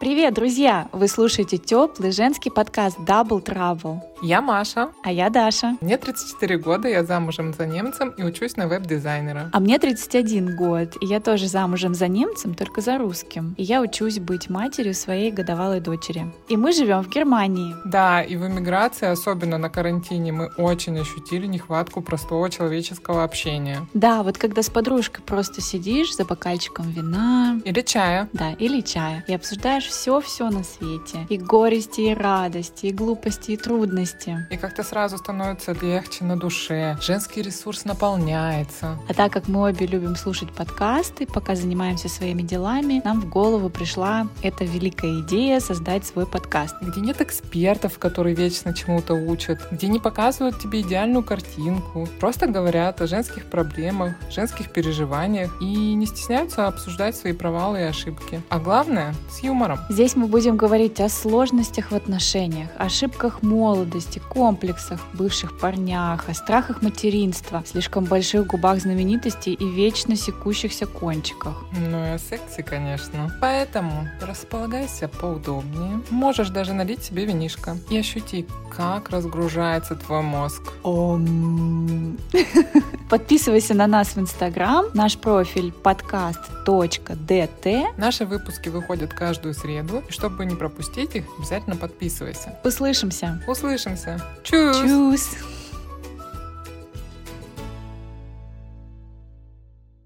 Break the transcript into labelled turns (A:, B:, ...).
A: Привет, друзья! Вы слушаете теплый женский подкаст Double Trouble.
B: Я Маша.
A: А я Даша.
B: Мне 34 года, я замужем за немцем и учусь на веб-дизайнера.
A: А мне 31 год, и я тоже замужем за немцем, только за русским. И я учусь быть матерью своей годовалой дочери. И мы живем в Германии.
B: Да, и в эмиграции, особенно на карантине, мы очень ощутили нехватку простого человеческого общения.
A: Да, вот когда с подружкой просто сидишь за бокальчиком вина,
B: Или чая.
A: да, или чая, и обсуждаешь все-все на свете. И горести, и радости, и глупости, и трудности.
B: И как-то сразу становится легче на душе. Женский ресурс наполняется.
A: А так как мы обе любим слушать подкасты, пока занимаемся своими делами, нам в голову пришла эта великая идея создать свой подкаст.
B: Где нет экспертов, которые вечно чему-то учат, где не показывают тебе идеальную картинку, просто говорят о женских проблемах, женских переживаниях и не стесняются обсуждать свои провалы и ошибки. А главное, с юмором.
A: Здесь мы будем говорить о сложностях в отношениях, ошибках молодости, комплексах, бывших парнях, о страхах материнства, слишком больших губах знаменитостей и вечно секущихся кончиках.
B: Ну и о сексе, конечно. Поэтому располагайся поудобнее. Можешь даже налить себе винишко. И ощути, как разгружается твой мозг.
A: Подписывайся на нас в Инстаграм, наш профиль подкаст.дт
B: Наши выпуски выходят каждую среду. И чтобы не пропустить их, обязательно подписывайся.
A: Услышимся!
B: Услышимся. Чус!
A: Чус!